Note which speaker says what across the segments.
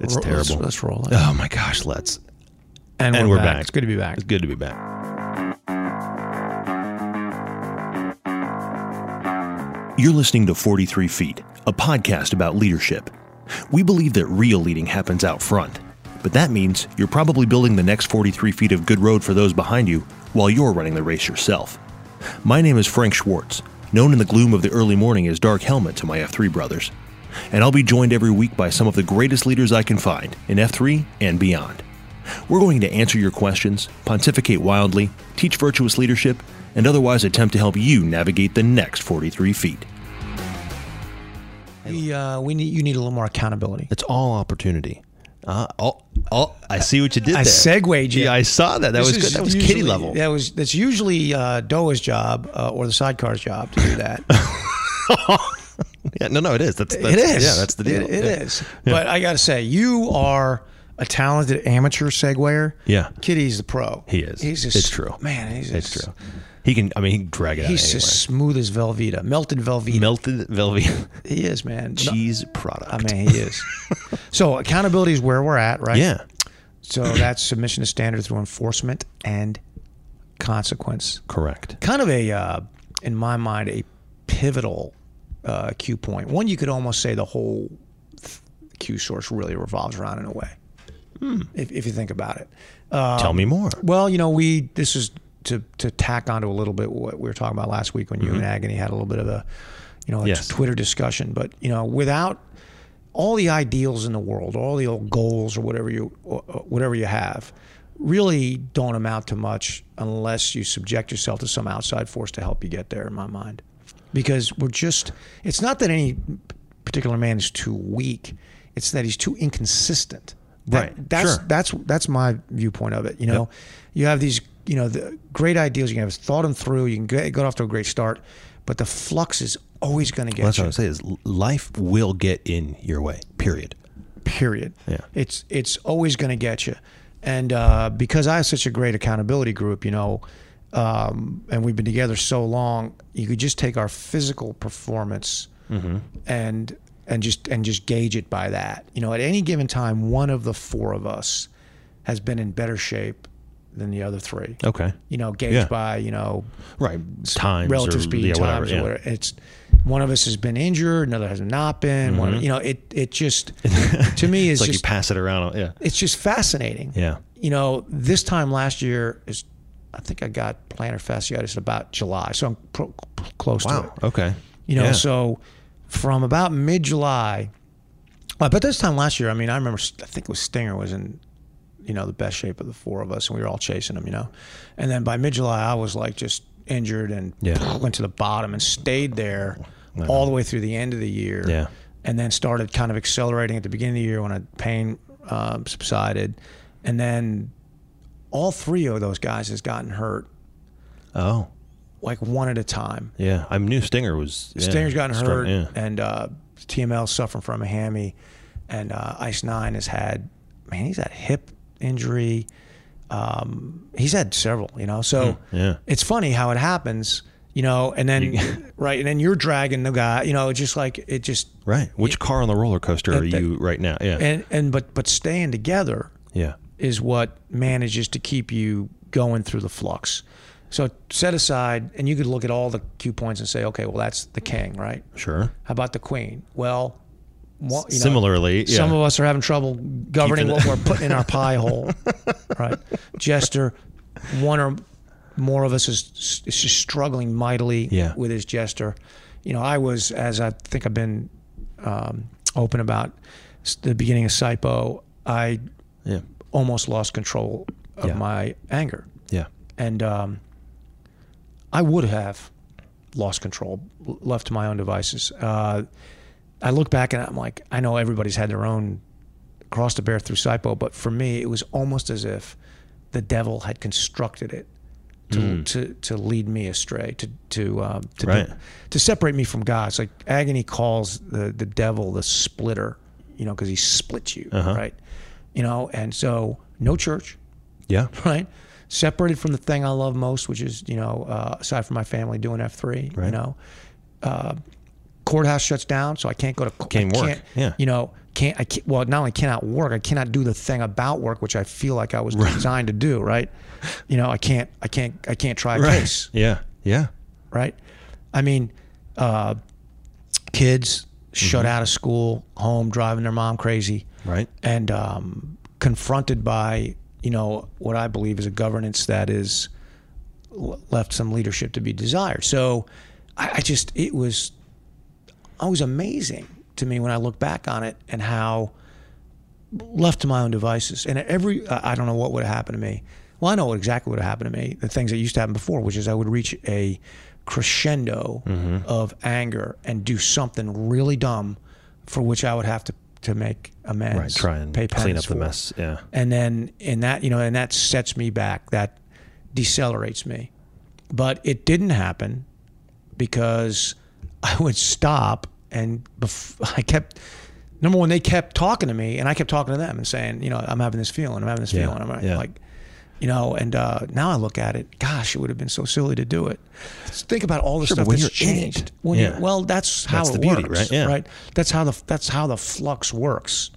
Speaker 1: It's
Speaker 2: Ro- let's-
Speaker 1: terrible.
Speaker 2: let's roll it.
Speaker 1: Oh my gosh, let's. and we're back.
Speaker 2: It's good to be back.
Speaker 1: It's good to be back.
Speaker 3: You're listening to 43 Feet, a podcast about leadership. We believe that real leading happens out front, but that means you're probably building the next 43 feet of good road for those behind you while you're running the race yourself. My name is Frank Schwartz, known in the gloom of the early morning as Dark Helmet to my F3 brothers, and I'll be joined every week by some of the greatest leaders I can find in F3 and beyond. We're going to answer your questions, pontificate wildly, teach virtuous leadership, and otherwise attempt to help you navigate the next 43 feet.
Speaker 2: We, uh, we need you need a little more accountability.
Speaker 1: It's all opportunity. Uh, oh, oh, I see what you did there.
Speaker 2: I segued you.
Speaker 1: Yeah, I saw that. That
Speaker 2: This
Speaker 1: was
Speaker 2: is
Speaker 1: good. That was
Speaker 2: usually-
Speaker 1: kitty level.
Speaker 2: That was that's usually uh, Doa's job uh, or the sidecar's job to do that.
Speaker 1: Yeah, no, no, it is. That's, that's
Speaker 2: it is.
Speaker 1: Yeah, that's the deal.
Speaker 2: It- it
Speaker 1: Yeah.
Speaker 2: is. But I got to say, you are a talented amateur segwayer.
Speaker 1: Yeah.
Speaker 2: Kitty's the pro.
Speaker 1: He is.
Speaker 2: He's just,
Speaker 1: It's true.
Speaker 2: Man, he's
Speaker 1: It's
Speaker 2: just,
Speaker 1: true. He can. I mean, he can drag it out.
Speaker 2: He's
Speaker 1: anywhere.
Speaker 2: just smooth as Velveeta, melted Velveeta.
Speaker 1: melted velvet
Speaker 2: he is, man. No,
Speaker 1: cheese product.
Speaker 2: I mean, he is. so accountability is where we're at, right?
Speaker 1: yeah,
Speaker 2: So that's submission to standard through enforcement and consequence.
Speaker 1: correct.
Speaker 2: Kind of a, uh, in my mind, a pivotal uh, cue point. One you could almost say the whole th- cue source really revolves around in a way, if, if you think about it. Um,
Speaker 1: Tell me more.
Speaker 2: Well, you know, we this is to to tack onto a little bit what we were talking about last week when you and Agony had a little bit of a you know a
Speaker 1: Mm-hmm. Yes.
Speaker 2: Twitter discussion, but you know, without all the ideals in the world, all the old goals or whatever you or- or whatever you have, really don't amount to much unless you subject yourself to some outside force to help you get there. In my mind, because we're just it's not that any particular man is too weak; it's that he's too inconsistent. That-
Speaker 1: Right.
Speaker 2: That's
Speaker 1: Sure.
Speaker 2: that's that's my viewpoint of it. You know, you have these you know the great ideals. You can have thought them through. You can get, get off to a great start, but the flux is always going to get
Speaker 1: That's what
Speaker 2: you.
Speaker 1: I would say is l- life will get in your way. Period.
Speaker 2: period.
Speaker 1: Yeah.
Speaker 2: It's it's always going to get you. And uh, because I have such a great accountability group, you know, um, and we've been together so long, you could just take our physical performance
Speaker 1: Mm-hmm.
Speaker 2: and and just and just gauge it by that. You know, at any given time, one of the four of us has been in better shape than the other three.
Speaker 1: Okay.
Speaker 2: You know, gauged
Speaker 1: Yeah.
Speaker 2: by you know
Speaker 1: Right. Times.
Speaker 2: relative
Speaker 1: or,
Speaker 2: speed
Speaker 1: yeah, whatever,
Speaker 2: times
Speaker 1: yeah.
Speaker 2: or whatever. It's one of us has been injured, another has not been. One, you know, it it just to me
Speaker 1: Mm-hmm.
Speaker 2: is
Speaker 1: It's like
Speaker 2: just
Speaker 1: you pass it around. Yeah.
Speaker 2: it's just fascinating.
Speaker 1: Yeah.
Speaker 2: You know, this time last year is, I think I got plantar fasciitis in about July, so I'm pro- close to
Speaker 1: Wow.
Speaker 2: it.
Speaker 1: Okay.
Speaker 2: You know,
Speaker 1: Yeah.
Speaker 2: so from about mid July, well, but this time last year, I mean, I remember, I think it was Stinger was in, you know, the best shape of the four of us, and we were all chasing him, you know. And then by mid July, I was like just injured and
Speaker 1: Yeah.
Speaker 2: went to the bottom and stayed there all the way through the end of the year.
Speaker 1: Yeah.
Speaker 2: And then started kind of accelerating at the beginning of the year when a pain um, subsided. And then all three of those guys has gotten hurt
Speaker 1: Oh.
Speaker 2: like one at a time.
Speaker 1: Yeah. I knew Stinger was. Yeah,
Speaker 2: Stinger's gotten
Speaker 1: Str-
Speaker 2: hurt,
Speaker 1: Yeah.
Speaker 2: and uh, TML suffering from a hammy, and uh, Ice Nine has had man, he's had hip injury. Um, he's had several, you know. So
Speaker 1: Hmm, yeah.
Speaker 2: it's funny how it happens, you know. And then right, and then you're dragging the guy, you know. It's just like it just
Speaker 1: Right. Which car on the roller coaster are
Speaker 2: that-
Speaker 1: you right now? Yeah.
Speaker 2: and and but but staying together
Speaker 1: yeah.
Speaker 2: is what manages to keep you going through the flux. So set aside, and you could look at all the cue points and say, okay, well that's the king, right?
Speaker 1: Sure.
Speaker 2: How about the queen? Well, one- you know,
Speaker 1: Similarly, yeah.
Speaker 2: some of us are having trouble governing
Speaker 1: Keeping
Speaker 2: what we're putting in our pie hole, right? Jester, one or more of us is, is just struggling mightily
Speaker 1: Yeah.
Speaker 2: with his jester. You know, I was, as I think I've been um, open about s- the beginning of SIPO, I
Speaker 1: yeah.
Speaker 2: almost lost control of
Speaker 1: Yeah.
Speaker 2: my anger.
Speaker 1: Yeah.
Speaker 2: And um, I would have lost control, l- left to my own devices. Uh, I look back and I'm like, I know everybody's had their own cross to bear through SIPO, but for me, it was almost as if the devil had constructed it to to, to lead me astray, to to um, to,
Speaker 1: Right.
Speaker 2: to separate me from God. It's like agony calls the the devil the splitter, you know, because he splits you, right? You know, and so no church,
Speaker 1: Yeah.
Speaker 2: right? Separated from the thing I love most, which is you know, uh, aside from my family, doing F three, you know, uh, courthouse shuts down, so I can't go to co- I
Speaker 1: Can't work, yeah.
Speaker 2: you know, can't I? Can't, well, not only cannot work, I cannot do the thing about work, which I feel like I was designed to do. Right? You know, I can't, I can't, I can't try a case.
Speaker 1: Yeah. Yeah.
Speaker 2: Right? I mean, uh, kids shut out of school, home, driving their mom crazy
Speaker 1: Mm-hmm. Right.
Speaker 2: and um, confronted by you know what I believe is a governance that is l- left some leadership to be desired. So I, I just it was always Oh, amazing to me when I look back on it and how left to my own devices and every I I don't know what would have happened to me. Well, I know exactly what happened to me. The things that used to happen before, which is I would reach a crescendo
Speaker 1: Mm-hmm.
Speaker 2: of anger and do something really dumb for which I would have to to make amends.
Speaker 1: Right. Try and
Speaker 2: pay
Speaker 1: clean
Speaker 2: penance
Speaker 1: up the
Speaker 2: for.
Speaker 1: mess. Yeah.
Speaker 2: And then and that you know and that sets me back. That decelerates me. But it didn't happen because I would stop and bef- I kept number one they kept talking to me and I kept talking to them and saying you know I'm having this feeling I'm having this
Speaker 1: Yeah,
Speaker 2: feeling I'm like,
Speaker 1: yeah.
Speaker 2: like you know and uh, now I look at it gosh it would have been so silly to do it Just think about all the
Speaker 1: but
Speaker 2: stuff
Speaker 1: when
Speaker 2: that's
Speaker 1: you're in it,
Speaker 2: changed when
Speaker 1: yeah.
Speaker 2: you, well that's how
Speaker 1: That's
Speaker 2: it
Speaker 1: the beauty,
Speaker 2: works
Speaker 1: right? Yeah.
Speaker 2: right that's how the that's how the flux works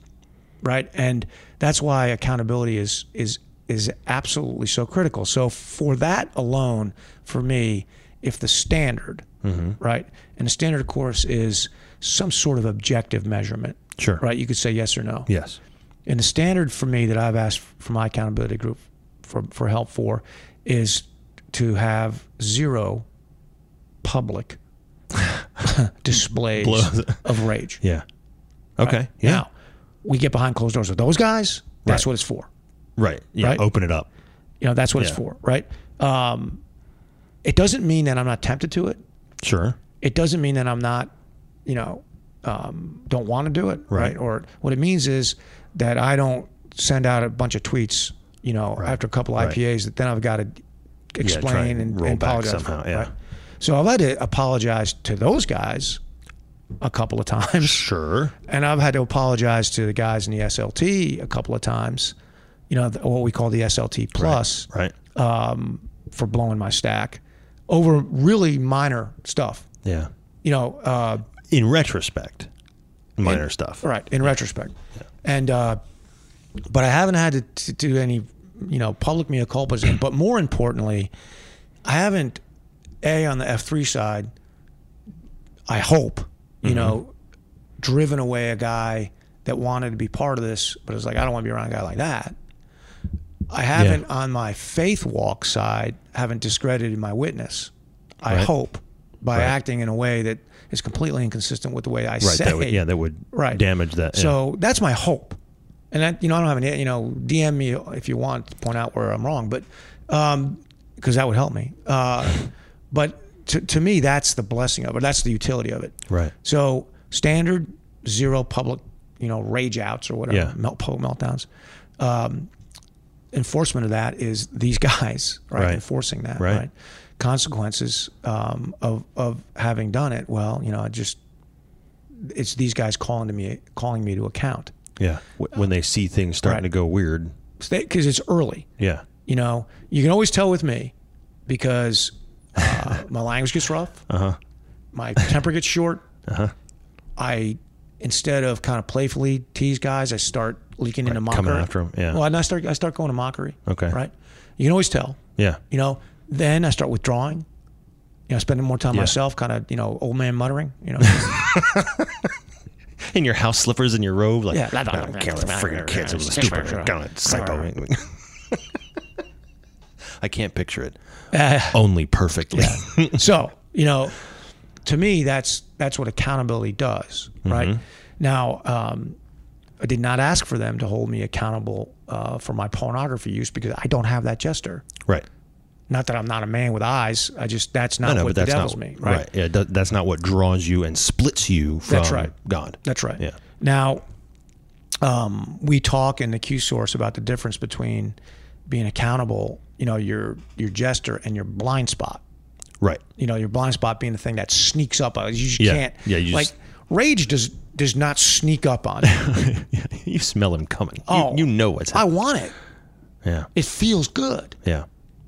Speaker 2: right and that's why accountability is is is absolutely so critical so for that alone for me if the standard
Speaker 1: Mm-hmm.
Speaker 2: right and the standard of course is some sort of objective measurement
Speaker 1: Sure.
Speaker 2: right you could say yes or no
Speaker 1: Yes.
Speaker 2: and the standard for me that I've asked for my accountability group for, for help for is to have zero public displays
Speaker 1: Blows.
Speaker 2: of rage.
Speaker 1: Yeah. Okay. Yeah.
Speaker 2: Now, we get behind closed doors with those guys. That's
Speaker 1: Right.
Speaker 2: what it's for.
Speaker 1: Right. Yeah.
Speaker 2: Right?
Speaker 1: Open it up.
Speaker 2: You know, that's what
Speaker 1: Yeah.
Speaker 2: it's for, right? Um, it doesn't mean that I'm not tempted to it.
Speaker 1: Sure.
Speaker 2: It doesn't mean that I'm not, you know, um, don't want to do it,
Speaker 1: Right.
Speaker 2: right. Or what it means is that I don't send out a bunch of tweets, you know, after a couple
Speaker 1: Right.
Speaker 2: IPAs that then I've got to explain
Speaker 1: and
Speaker 2: and,
Speaker 1: roll
Speaker 2: and
Speaker 1: back
Speaker 2: apologize for,
Speaker 1: somehow, yeah.
Speaker 2: right? So I've had to apologize to those guys a couple of times.
Speaker 1: Sure.
Speaker 2: and I've had to apologize to the guys in the SLT a couple of times. You know th- what we call the SLT plus
Speaker 1: Right.
Speaker 2: for blowing my stack over really minor stuff.
Speaker 1: Yeah.
Speaker 2: You know, uh,
Speaker 1: In retrospect, minor stuff.
Speaker 2: right in retrospect, and uh, but I haven't had to, to do any you know public mea culpas. but more importantly, I haven't a on the F three side. I hope you
Speaker 1: Mm-hmm.
Speaker 2: know driven away a guy that wanted to be part of this, but it's like I don't want to be around a guy like that. I haven't on my faith walk side haven't discredited my witness. I
Speaker 1: Right.
Speaker 2: hope by acting in a way that is completely inconsistent with the way I
Speaker 1: Right.
Speaker 2: say.
Speaker 1: That would, yeah. That would
Speaker 2: Right.
Speaker 1: damage that. yeah.
Speaker 2: So that's my hope. And that, you know, I don't have any, you know, DM me if you want to point out where I'm wrong, but, um, cause that would help me. Uh, but to, to me, that's the blessing of it. That's the utility of it.
Speaker 1: Right.
Speaker 2: So standard zero public, you know, rage outs or whatever,
Speaker 1: Yeah.
Speaker 2: melt, public meltdowns. Um, enforcement of that is these guys, right?
Speaker 1: Right.
Speaker 2: Enforcing that,
Speaker 1: Right.
Speaker 2: right? Consequences um, of of having done it. Well, you know, I just it's these guys calling to me, calling me to account
Speaker 1: Yeah. Wh- When they see things starting
Speaker 2: Right.
Speaker 1: to go weird.
Speaker 2: because it's early.
Speaker 1: Yeah.
Speaker 2: You know, you can always tell with me because uh, my language gets rough.
Speaker 1: Uh-huh.
Speaker 2: My temper gets short. I instead of kind of playfully tease guys, I start leaking into mockery.
Speaker 1: coming after 'em, yeah.
Speaker 2: Well, and I start I start going to mockery.
Speaker 1: Okay.
Speaker 2: Right. You can always tell.
Speaker 1: Yeah.
Speaker 2: You know. Then I start withdrawing. You know, spending more time
Speaker 1: Yeah.
Speaker 2: myself, kind of you know, old man muttering. You know.
Speaker 1: In your house slippers and your robe, like
Speaker 2: Yeah.
Speaker 1: I don't care about freaking kids. It was stupid. Kind of psycho. I can't picture it.
Speaker 2: Uh,
Speaker 1: Only perfectly.
Speaker 2: so you know to me that's that's what accountability does right
Speaker 1: Mm-hmm.
Speaker 2: now um, i did not ask for them to hold me accountable uh, for my pornography use because i don't have that gesture
Speaker 1: Right.
Speaker 2: not that i'm not a man with eyes i just that's not
Speaker 1: I know,
Speaker 2: what
Speaker 1: but that's
Speaker 2: bedevils
Speaker 1: not
Speaker 2: me
Speaker 1: right. Yeah, th- that's not what draws you and splits you from
Speaker 2: That's right.
Speaker 1: God.
Speaker 2: That's right.
Speaker 1: Yeah.
Speaker 2: Now, um, we talk in the Q source about the difference between being accountable, you know, your your gesture and your blind spot.
Speaker 1: Right.
Speaker 2: You know, your blind spot being the thing that sneaks up on you. You just
Speaker 1: Yeah.
Speaker 2: can't.
Speaker 1: Yeah, you
Speaker 2: like
Speaker 1: just-
Speaker 2: rage does does not sneak up on you.
Speaker 1: you smell him coming.
Speaker 2: Oh.
Speaker 1: you, you know what's
Speaker 2: I
Speaker 1: happening.
Speaker 2: want it.
Speaker 1: yeah.
Speaker 2: It feels good.
Speaker 1: Yeah.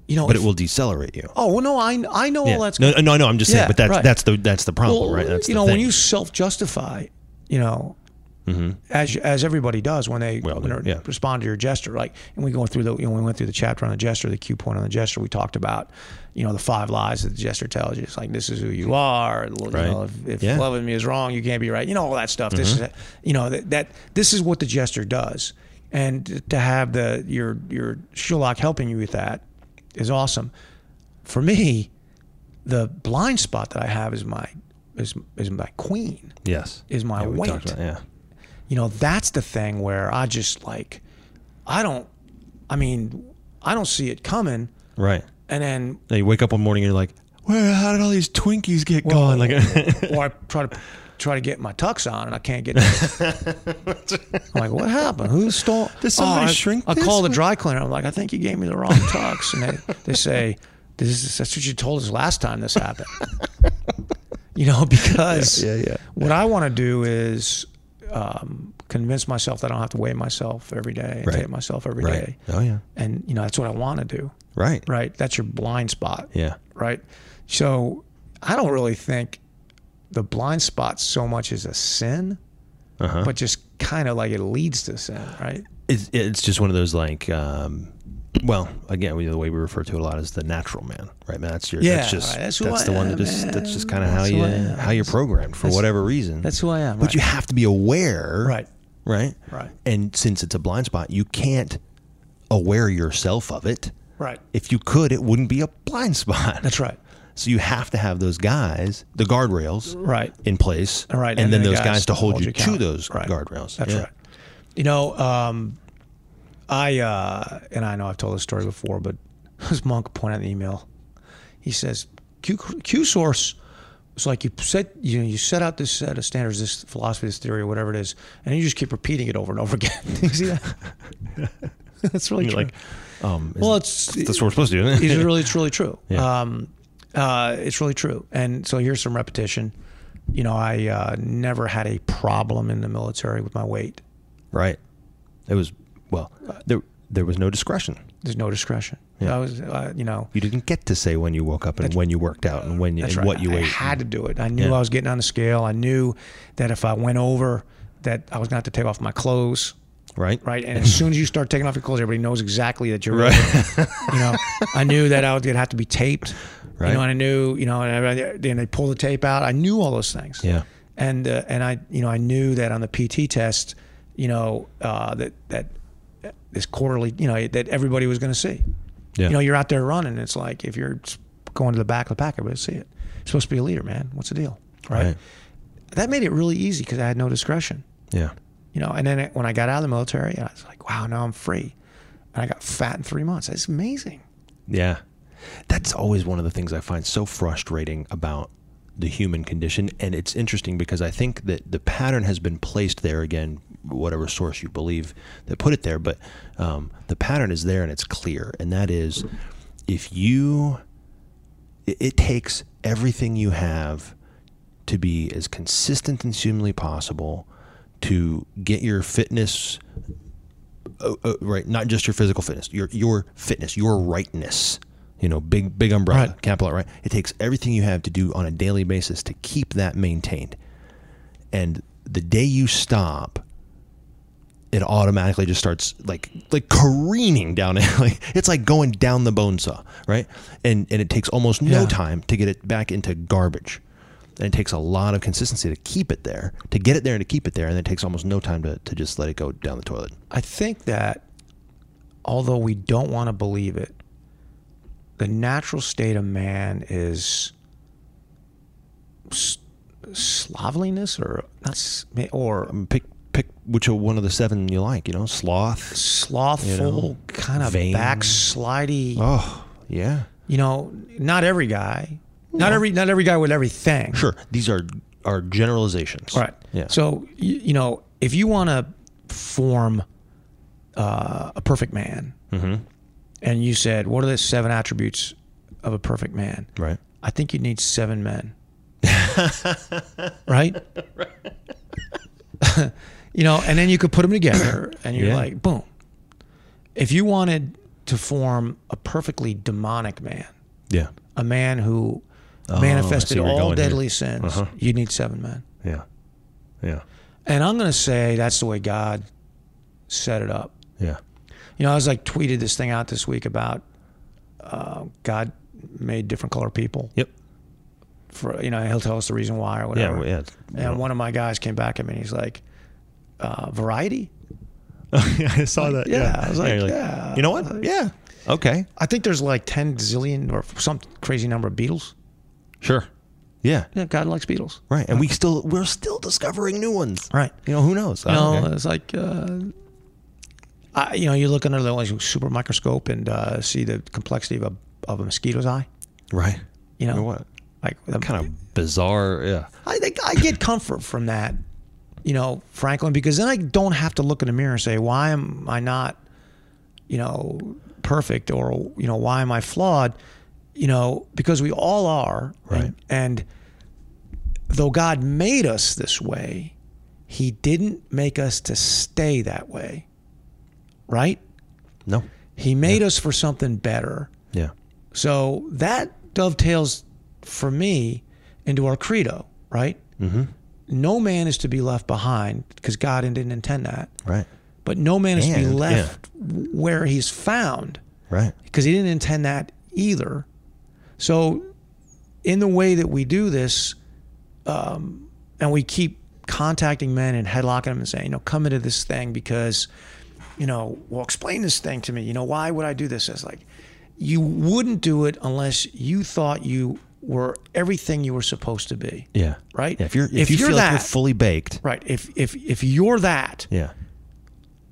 Speaker 2: you know,
Speaker 1: but
Speaker 2: if-
Speaker 1: it will decelerate you.
Speaker 2: Oh well, no, I I know
Speaker 1: Yeah.
Speaker 2: all that's
Speaker 1: no, no, no. I'm just saying,
Speaker 2: Yeah,
Speaker 1: but that's
Speaker 2: right.
Speaker 1: that's the that's the problem,
Speaker 2: Well,
Speaker 1: right? That's
Speaker 2: you
Speaker 1: the
Speaker 2: know,
Speaker 1: thing. Mm-hmm.
Speaker 2: when you self-justify, you know, as as everybody does when they
Speaker 1: Well,
Speaker 2: when
Speaker 1: they-
Speaker 2: they
Speaker 1: yeah.
Speaker 2: respond to your gesture, like, and we go through the you know we went through the chapter on the gesture, the cue point on the gesture. We talked about, you know, the five lies that the gesture tells you. It's like this is who you are. You know,
Speaker 1: Right.
Speaker 2: if, if
Speaker 1: Yeah. Mm-hmm.
Speaker 2: loving me is wrong, you can't be right. You know all that stuff. This is that, you know that, that this is what the gesture does, and to have the your your Sherlock helping you with that is awesome. For me, the blind spot that I have is my is is my queen
Speaker 1: yes,
Speaker 2: is my
Speaker 1: yeah, we talked
Speaker 2: weight.
Speaker 1: about- yeah,
Speaker 2: you know that's the thing where i just like i don't i mean i don't see it coming
Speaker 1: right.
Speaker 2: and then
Speaker 1: Now you wake up one morning and you're like, where? How did all these Twinkies get gone? Like,
Speaker 2: or i try to try to get my tux on and i can't get it i'm like what happened who stole Oh,
Speaker 1: Did somebody
Speaker 2: I,
Speaker 1: shrink
Speaker 2: i
Speaker 1: this?
Speaker 2: call the dry cleaner i'm like i think you gave me the wrong tux and they, they say this is that's what you told us last time this happened you know because
Speaker 1: Yeah, yeah, yeah.
Speaker 2: what i want to do is um, convince myself that i don't have to weigh myself every day and
Speaker 1: Right.
Speaker 2: tape myself every day.
Speaker 1: right? Oh yeah,
Speaker 2: and you know that's what I want to do.
Speaker 1: right,
Speaker 2: Right, that's your blind spot.
Speaker 1: yeah,
Speaker 2: Right, so I don't really think the blind spot so much is a sin,
Speaker 1: uh-huh.
Speaker 2: but just kind of like it leads to sin. Right.
Speaker 1: it's, it's just one of those like um well again we, the way we refer to it a lot is the natural man right man that's your
Speaker 2: Yeah,
Speaker 1: that's just
Speaker 2: right,
Speaker 1: that's,
Speaker 2: that's who I
Speaker 1: the one
Speaker 2: am,
Speaker 1: that just that's just kind of
Speaker 2: man,
Speaker 1: how
Speaker 2: that's who
Speaker 1: you
Speaker 2: I am.
Speaker 1: how you're programmed for whatever reason
Speaker 2: That's who I am.
Speaker 1: but
Speaker 2: right.
Speaker 1: you have to be aware
Speaker 2: Right.
Speaker 1: right
Speaker 2: Right.
Speaker 1: and since it's a blind spot you can't aware yourself of it
Speaker 2: Right.
Speaker 1: if you could it wouldn't be a blind spot
Speaker 2: That's right.
Speaker 1: so you have to have those guys the guardrails
Speaker 2: Right.
Speaker 1: in place
Speaker 2: All right.
Speaker 1: and, then,
Speaker 2: the
Speaker 1: those guys, to hold, you to
Speaker 2: account.
Speaker 1: those
Speaker 2: Right.
Speaker 1: guardrails
Speaker 2: That's
Speaker 1: Yeah.
Speaker 2: right. You know, um, I uh, and I know I've told this story before, but this monk pointed out in the email. He says, "Q, Q source." It's like you set you know you set out this set of standards, this philosophy, this theory, or whatever it is, and you just keep repeating it over and over again. you see that? That's really
Speaker 1: You're
Speaker 2: true.
Speaker 1: like um
Speaker 2: well, it's
Speaker 1: that's what we're supposed to do isn't it?
Speaker 2: it's really it's really true.
Speaker 1: Yeah.
Speaker 2: Um, uh, it's really true. And so here's some repetition. You know, I uh, never had a problem in the military with my weight.
Speaker 1: Right. It was well. There there was no discretion.
Speaker 2: There's no discretion. I was, uh, you know,
Speaker 1: You didn't get to say when you woke up and when you worked out and when you, and
Speaker 2: that's right.
Speaker 1: what you
Speaker 2: I
Speaker 1: ate.
Speaker 2: had to do it. I knew
Speaker 1: Yeah.
Speaker 2: I was getting on the scale. I knew that if I went over, that I was going to have to take off my clothes.
Speaker 1: right.
Speaker 2: Right, and as soon as you start taking off your clothes, everybody knows exactly that you're.
Speaker 1: Right.
Speaker 2: You know, I knew that I would have to be taped.
Speaker 1: Right.
Speaker 2: You know, and I knew, you know, and I- then they pull the tape out. I knew all those things.
Speaker 1: Yeah.
Speaker 2: and uh, and I you know I knew that on the PT test, you know uh, that that uh, this quarterly you know that everybody was going to see.
Speaker 1: Yeah.
Speaker 2: You know you're out there running. It's like if you're going to the back of the pack, everybody see it. You're supposed to be a leader, man. What's the deal, right?
Speaker 1: Right.
Speaker 2: That made it really easy because I had no discretion.
Speaker 1: Yeah.
Speaker 2: You know, and then it, when I got out of the military, I was like, wow, now I'm free, and I got fat in three months. It's amazing.
Speaker 1: Yeah. That's always one of the things I find so frustrating about the human condition. And it's interesting because I think that the pattern has been placed there again, whatever source you believe that put it there, but um, the pattern is there and it's clear. And that is if you, it, it takes everything you have to be as consistent and humanly possible to get your fitness uh, uh, right not just your physical fitness your your fitness your rightness you know big big umbrella
Speaker 2: Right.
Speaker 1: capital R, right it takes everything you have to do on a daily basis to keep that maintained and the day you stop it automatically just starts like like careening down like it's like going down the bone saw right and and it takes almost no
Speaker 2: Yeah.
Speaker 1: time to get it back into garbage and it takes a lot of consistency to keep it there to get it there and to keep it there and it takes almost no time to, to just let it go down the toilet
Speaker 2: I think that although we don't want to believe it, the natural state of man is s- slovenliness or not s- or
Speaker 1: pick pick which one of the seven you like you know sloth
Speaker 2: slothful
Speaker 1: know,
Speaker 2: kind of
Speaker 1: vain.
Speaker 2: backslidey
Speaker 1: oh yeah
Speaker 2: you know not every guy not every not every guy with everything
Speaker 1: sure these are are generalizations
Speaker 2: Right.
Speaker 1: yeah
Speaker 2: So you, you know, if you want to form uh, a perfect man,
Speaker 1: Mm-hmm.
Speaker 2: and you said, "What are the seven attributes of a perfect man?"
Speaker 1: right
Speaker 2: I think you need seven men. right. you know, and then you could put them together, and you're
Speaker 1: Yeah.
Speaker 2: like, boom. If you wanted to form a perfectly demonic man,
Speaker 1: Yeah.
Speaker 2: a man who
Speaker 1: Oh, I see
Speaker 2: manifested
Speaker 1: where you're
Speaker 2: all
Speaker 1: going here.
Speaker 2: deadly sins,
Speaker 1: Uh-huh.
Speaker 2: you need seven men.
Speaker 1: Yeah. Yeah.
Speaker 2: And I'm going to say that's the way God set it up.
Speaker 1: Yeah.
Speaker 2: You know, I was like tweeted this thing out this week about uh, God made different color people.
Speaker 1: Yep.
Speaker 2: For you know, he'll tell us the reason why or
Speaker 1: Yeah.
Speaker 2: whatever.
Speaker 1: well, yeah.
Speaker 2: And one of my guys came back at me and he's like, uh, "Variety."
Speaker 1: I saw that.
Speaker 2: yeah. I was like,
Speaker 1: you're
Speaker 2: yeah.
Speaker 1: You know what? Yeah. Okay.
Speaker 2: I think there's like ten zillion or some crazy number of Beatles.
Speaker 1: Sure. Uh, Yeah.
Speaker 2: Yeah, God likes Beatles.
Speaker 1: Right. And we still we're still discovering new ones.
Speaker 2: Right.
Speaker 1: You know who knows?
Speaker 2: You know,
Speaker 1: Okay.
Speaker 2: it's like, uh, I, you know, you look under the like, super microscope and uh, see the complexity of a, of a mosquito's eye.
Speaker 1: Right.
Speaker 2: You know,
Speaker 1: You know what?
Speaker 2: Like the,
Speaker 1: Kind of bizarre. Yeah.
Speaker 2: I think I get comfort from that, you know, Franklin, because then I don't have to look in the mirror and say, why am I not, you know, perfect or, you know, why am I flawed? You know, because we all are.
Speaker 1: Right.
Speaker 2: And, and though God made us this way, he didn't make us to stay that way. Right?
Speaker 1: No.
Speaker 2: He made us for something better.
Speaker 1: Yeah.
Speaker 2: So that dovetails for me into our credo, right? Mm-hmm. No man is to be left behind because God didn't intend that.
Speaker 1: Right.
Speaker 2: But no man is to be
Speaker 1: And, yeah.
Speaker 2: left where he's found
Speaker 1: Right.
Speaker 2: because he didn't intend that either. So, in the way that we do this, um, and we keep contacting men and headlocking them and saying, you know, come into this thing because, you know, well, explain this thing to me. You know, why would I do this? It's like, you wouldn't do it unless you thought you were everything you were supposed to be.
Speaker 1: Yeah.
Speaker 2: Right?
Speaker 1: Yeah, if you're if,
Speaker 2: If
Speaker 1: you
Speaker 2: you're
Speaker 1: feel like you're
Speaker 2: that-
Speaker 1: fully baked.
Speaker 2: Right. If if if you're that,
Speaker 1: Yeah.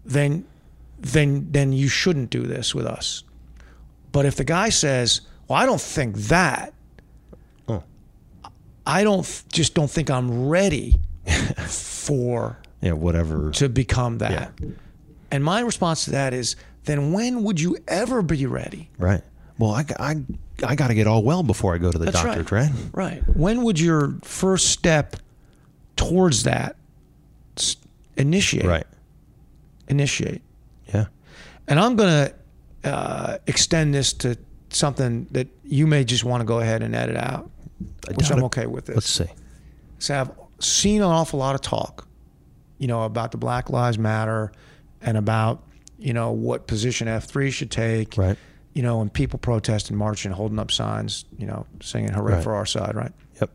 Speaker 2: then then then you shouldn't do this with us. But if the guy says, "Well, I don't think that,"
Speaker 1: Oh.
Speaker 2: I don't just don't think I'm ready for
Speaker 1: Yeah. Whatever.
Speaker 2: to become that. And my response to that is, then when would you ever be ready?
Speaker 1: Right. Well, I, I, I got to get all well before I go to the
Speaker 2: That's
Speaker 1: doctor,
Speaker 2: right.
Speaker 1: Trent.
Speaker 2: Right. When would your first step towards that s- initiate?
Speaker 1: Right.
Speaker 2: Initiate.
Speaker 1: Yeah.
Speaker 2: And I'm going to uh, extend this to something that you may just want to go ahead and edit out, which
Speaker 1: doubt
Speaker 2: I'm
Speaker 1: it.
Speaker 2: okay with
Speaker 1: Let's
Speaker 2: this.
Speaker 1: see.
Speaker 2: So I've seen an awful lot of talk, you know, about the Black Lives Matter and about, you know, what position F3 should take,
Speaker 1: Right.
Speaker 2: you know, and people protesting, marching, holding up signs, you know, singing hooray
Speaker 1: Right.
Speaker 2: for our side, right?
Speaker 1: Yep.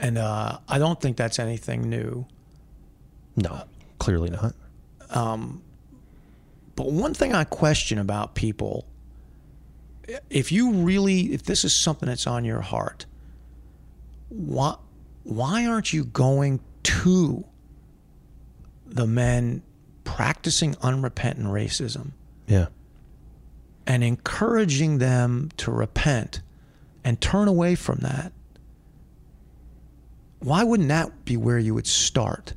Speaker 2: And uh, I don't think that's anything new.
Speaker 1: No. Clearly not.
Speaker 2: But one thing I question about people, if you really, if this is something that's on your heart, why, why aren't you going to the men practicing unrepentant racism
Speaker 1: Yeah.
Speaker 2: and encouraging them to repent and turn away from that? Why wouldn't that be where you would start?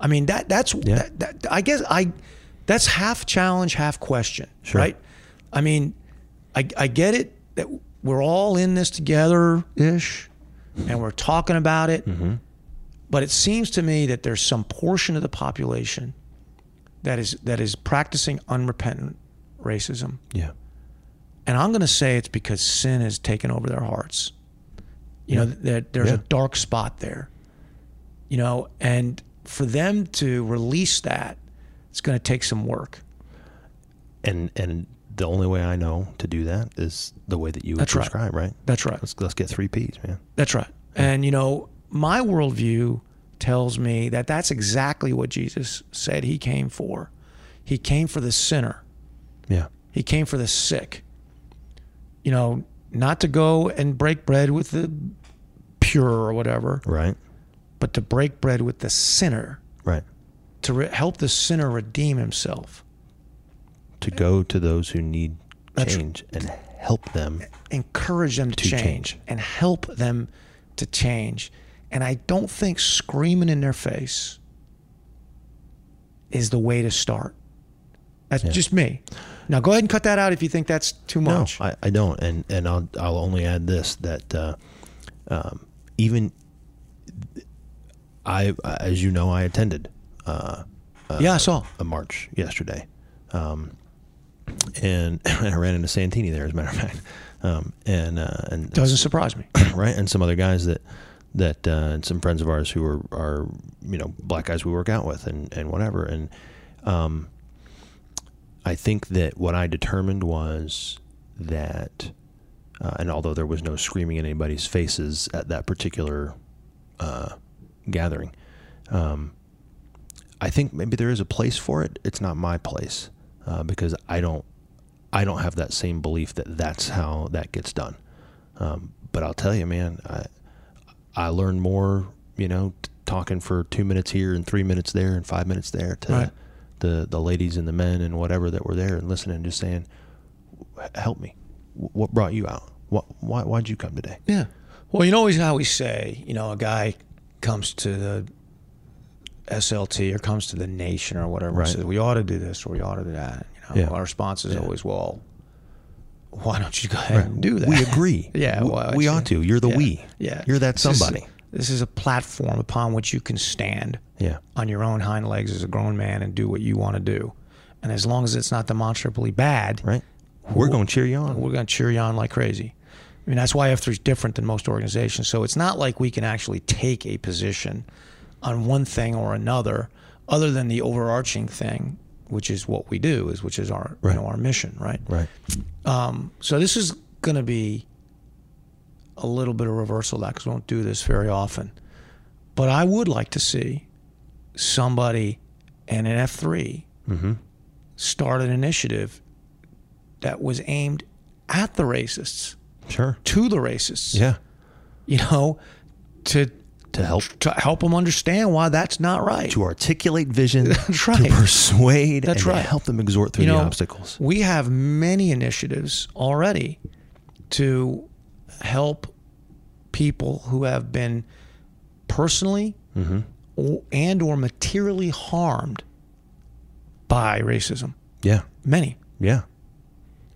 Speaker 2: I mean that that's
Speaker 1: Yeah.
Speaker 2: that, that I guess I that's half challenge, half question,
Speaker 1: Sure.
Speaker 2: right? I mean, I I get it that we're all in this together ish, and we're talking about it,
Speaker 1: Mm-hmm.
Speaker 2: but it seems to me that there's some portion of the population that is that is practicing unrepentant racism,
Speaker 1: Yeah.
Speaker 2: and I'm going to say it's because sin has taken over their hearts. You know, that there's
Speaker 1: Yeah.
Speaker 2: a dark spot there. You know, and for them to release that, it's going to take some work.
Speaker 1: And and the only way I know to do that is the way that you would
Speaker 2: That's right.
Speaker 1: prescribe, right?
Speaker 2: That's right.
Speaker 1: Let's let's get three P's, man.
Speaker 2: That's right. And you know, my worldview tells me that that's exactly what Jesus said he came for. He came for the sinner.
Speaker 1: Yeah.
Speaker 2: He came for the sick. You know, not to go and break bread with the pure or whatever,
Speaker 1: Right.
Speaker 2: but to break bread with the sinner,
Speaker 1: Right.
Speaker 2: to re- help the sinner redeem himself,
Speaker 1: To go to those who need
Speaker 2: That's-
Speaker 1: change and help them.
Speaker 2: encourage them to, change,
Speaker 1: change.
Speaker 2: and help them to change. And I don't think screaming in their face is the way to start. That's just me. Now go ahead and cut that out if you think that's too
Speaker 1: No,
Speaker 2: much.
Speaker 1: I, I don't. And and I'll I'll only add this that uh, um, even I as you know I attended
Speaker 2: uh, yeah, I saw.
Speaker 1: a march yesterday. Um, and I ran into Santini there, as a matter of fact, um, and uh, and
Speaker 2: Doesn't surprise me.
Speaker 1: right, and some other guys that that uh, and some friends of ours who are are you know black guys we work out with and and whatever, and um, I think that what I determined was that, uh, and although there was no screaming in anybody's faces at that particular uh, gathering, um, I think maybe there is a place for it. It's not my place uh, because I don't, I don't have that same belief that that's how that gets done. Um, but I'll tell you, man, I, I learned more, you know, t- talking for two minutes here and three minutes there and five minutes there to
Speaker 2: Right.
Speaker 1: the the ladies and the men and whatever that were there and listening, and just saying, "H- help me. Wh- What brought you out? What, why, why'd you come today?
Speaker 2: Yeah. Well, you know always how we say, you know, a guy comes to the SLT or comes to the nation or whatever
Speaker 1: Right.
Speaker 2: and says, we ought to do this or we ought to do that. You know,
Speaker 1: Yeah.
Speaker 2: Our response is
Speaker 1: Yeah.
Speaker 2: always, well, why don't you go ahead and do that?
Speaker 1: We agree.
Speaker 2: yeah.
Speaker 1: W-
Speaker 2: well,
Speaker 1: we
Speaker 2: it's-
Speaker 1: ought to. You're the
Speaker 2: yeah,
Speaker 1: we.
Speaker 2: Yeah.
Speaker 1: You're that
Speaker 2: This is-
Speaker 1: somebody.
Speaker 2: this is a platform upon which you can stand
Speaker 1: yeah.
Speaker 2: on your own hind legs as a grown man and do what you want to do. And as long as it's not demonstrably bad,
Speaker 1: Right. We're going to cheer you on.
Speaker 2: we're going to cheer you on like crazy. I mean, that's why F3 is different than most organizations. So it's not like we can actually take a position on one thing or another, other than the overarching thing, which is what we do, is which is our you know our mission, right?
Speaker 1: Right.
Speaker 2: Um, So this is going to be a little bit of reversal of that because we don't do this very often. But I would like to see somebody in an F3
Speaker 1: Mm-hmm.
Speaker 2: start an initiative that was aimed at the racists,
Speaker 1: Sure.
Speaker 2: to the racists,
Speaker 1: Yeah.
Speaker 2: you know, to
Speaker 1: To help
Speaker 2: to help them understand why that's not right.
Speaker 1: to articulate vision,
Speaker 2: That's
Speaker 1: to
Speaker 2: right.
Speaker 1: persuade,
Speaker 2: That's
Speaker 1: and to
Speaker 2: right.
Speaker 1: help them exhort through
Speaker 2: you
Speaker 1: the
Speaker 2: know,
Speaker 1: obstacles.
Speaker 2: We have many initiatives already to help people who have been personally
Speaker 1: Mm-hmm.
Speaker 2: o- and or materially harmed by racism.
Speaker 1: Yeah,
Speaker 2: Many,
Speaker 1: yeah.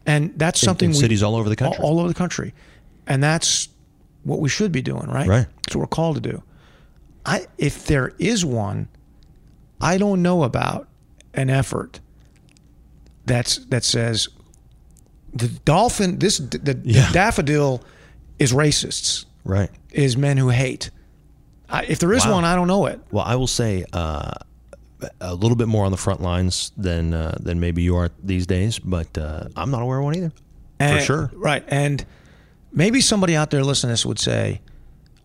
Speaker 2: and that's something
Speaker 1: in
Speaker 2: we,
Speaker 1: cities all over the country.
Speaker 2: all over the country, and that's what we should be doing, right?
Speaker 1: Right.
Speaker 2: That's what we're called to do. I, if there is one, I don't know about an effort that's that says the dolphin, this the, the
Speaker 1: Yeah.
Speaker 2: daffodil, is racists,
Speaker 1: right.
Speaker 2: is men who hate. I, if there is
Speaker 1: Wow.
Speaker 2: one, I don't know it.
Speaker 1: Well, I will say uh, a little bit more on the front lines than uh, than maybe you are these days, but uh, I'm not aware of one either.
Speaker 2: And-
Speaker 1: For sure.
Speaker 2: Right. And maybe somebody out there listening to this would say,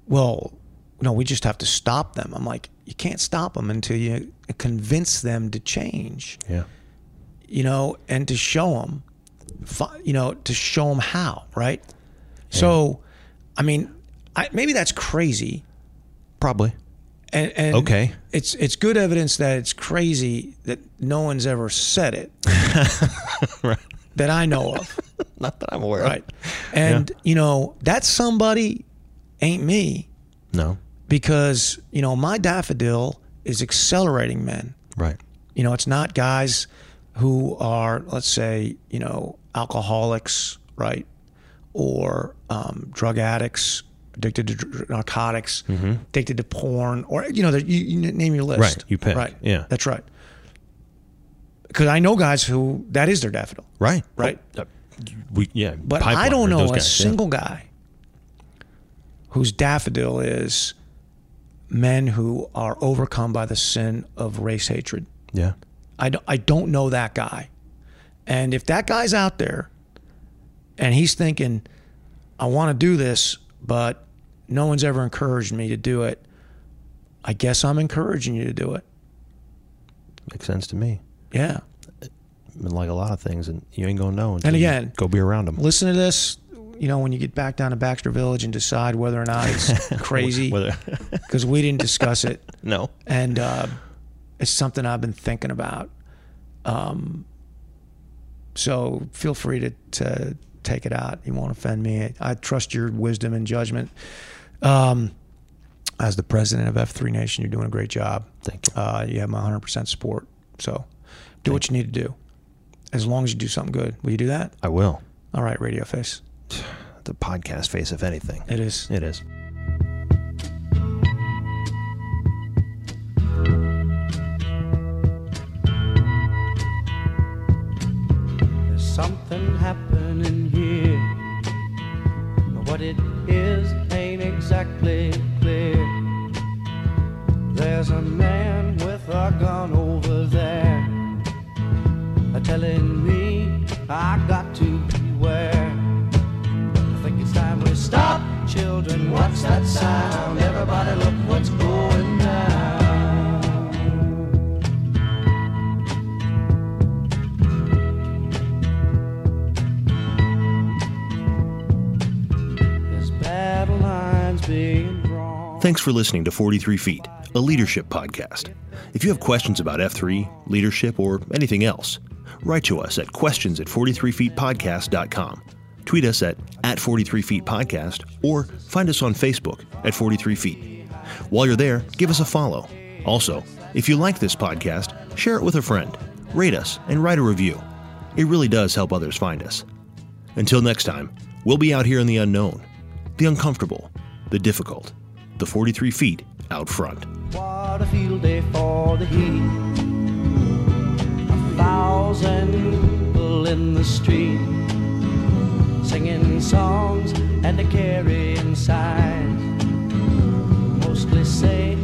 Speaker 2: well, no, we just have to stop them. I'm like, you can't stop them until you convince them to change,
Speaker 1: Yeah,
Speaker 2: you know, and to show them, you know, to show them how, right? So, I mean, I, maybe that's crazy.
Speaker 1: probably.
Speaker 2: And, and
Speaker 1: Okay.
Speaker 2: it's it's good evidence that it's crazy that no one's ever said it that I know of.
Speaker 1: Not that I'm aware.
Speaker 2: Right. And, you know, that somebody ain't me
Speaker 1: No.
Speaker 2: because, you know, my daffodil is accelerating men.
Speaker 1: Right.
Speaker 2: You know, it's not guys who are, let's say, you know, alcoholics, right? Or um, drug addicts, addicted to dr- narcotics, addicted to porn, or, you know, the- you, you name your list.
Speaker 1: Mm-hmm. Right, you pick,
Speaker 2: Right.
Speaker 1: yeah.
Speaker 2: That's right. Because I know guys who that is their daffodil.
Speaker 1: Right.
Speaker 2: Right.
Speaker 1: Oh, uh, we yeah.
Speaker 2: But I
Speaker 1: pipeline
Speaker 2: don't
Speaker 1: of
Speaker 2: know
Speaker 1: those
Speaker 2: a
Speaker 1: guys, yeah.
Speaker 2: single guy whose daffodil is men who are overcome by the sin of race hatred.
Speaker 1: Yeah.
Speaker 2: I don't, I don't know that guy. And if that guy's out there and he's thinking, I want to do this, but no one's ever encouraged me to do it, I guess I'm encouraging you to do it.
Speaker 1: Makes sense to me.
Speaker 2: Yeah.
Speaker 1: I mean, like a lot of things, and you ain't gonna know. Until
Speaker 2: And
Speaker 1: you
Speaker 2: again-
Speaker 1: go be around them.
Speaker 2: Listen to this, you know, when you get back down to Baxter Village and decide whether or not it's crazy.
Speaker 1: Whether
Speaker 2: because we didn't discuss it,
Speaker 1: no.
Speaker 2: and uh, it's something I've been thinking about. Um, so feel free to, to take it out. You won't offend me. I trust your wisdom and judgment. Um, as the president of F3 Nation, you're doing a great job.
Speaker 1: Thank you.
Speaker 2: Uh, you have my 100% support. So do what you need to do, as long as you do something good. Will you do that?
Speaker 1: I will.
Speaker 2: All right, Radio Face.
Speaker 1: The podcast face, if anything,
Speaker 2: It is.
Speaker 1: it is.
Speaker 4: This something happening here. But what it is ain't exactly clear. There's a man with a gun over there telling me I got to beware. I think it's time we stop, children. What's that sound? Everybody, look what's going down. There's battle lines being drawn.
Speaker 3: Thanks for listening to 43 Feet, a leadership podcast. If you have questions about F3, leadership, or anything else, write to us at questions at 43feetpodcast.com. Tweet us at, at 43feetpodcast or find us on Facebook at 43feet. While you're there, give us a follow. Also, if you like this podcast, share it with a friend, rate us, and write a review. It really does help others find us. Until next time, we'll be out here in the unknown, the uncomfortable, the difficult, the 43 feet out front.
Speaker 4: What a field day for the heat. A thousand people in the street singing songs and a carrying signs. Mostly say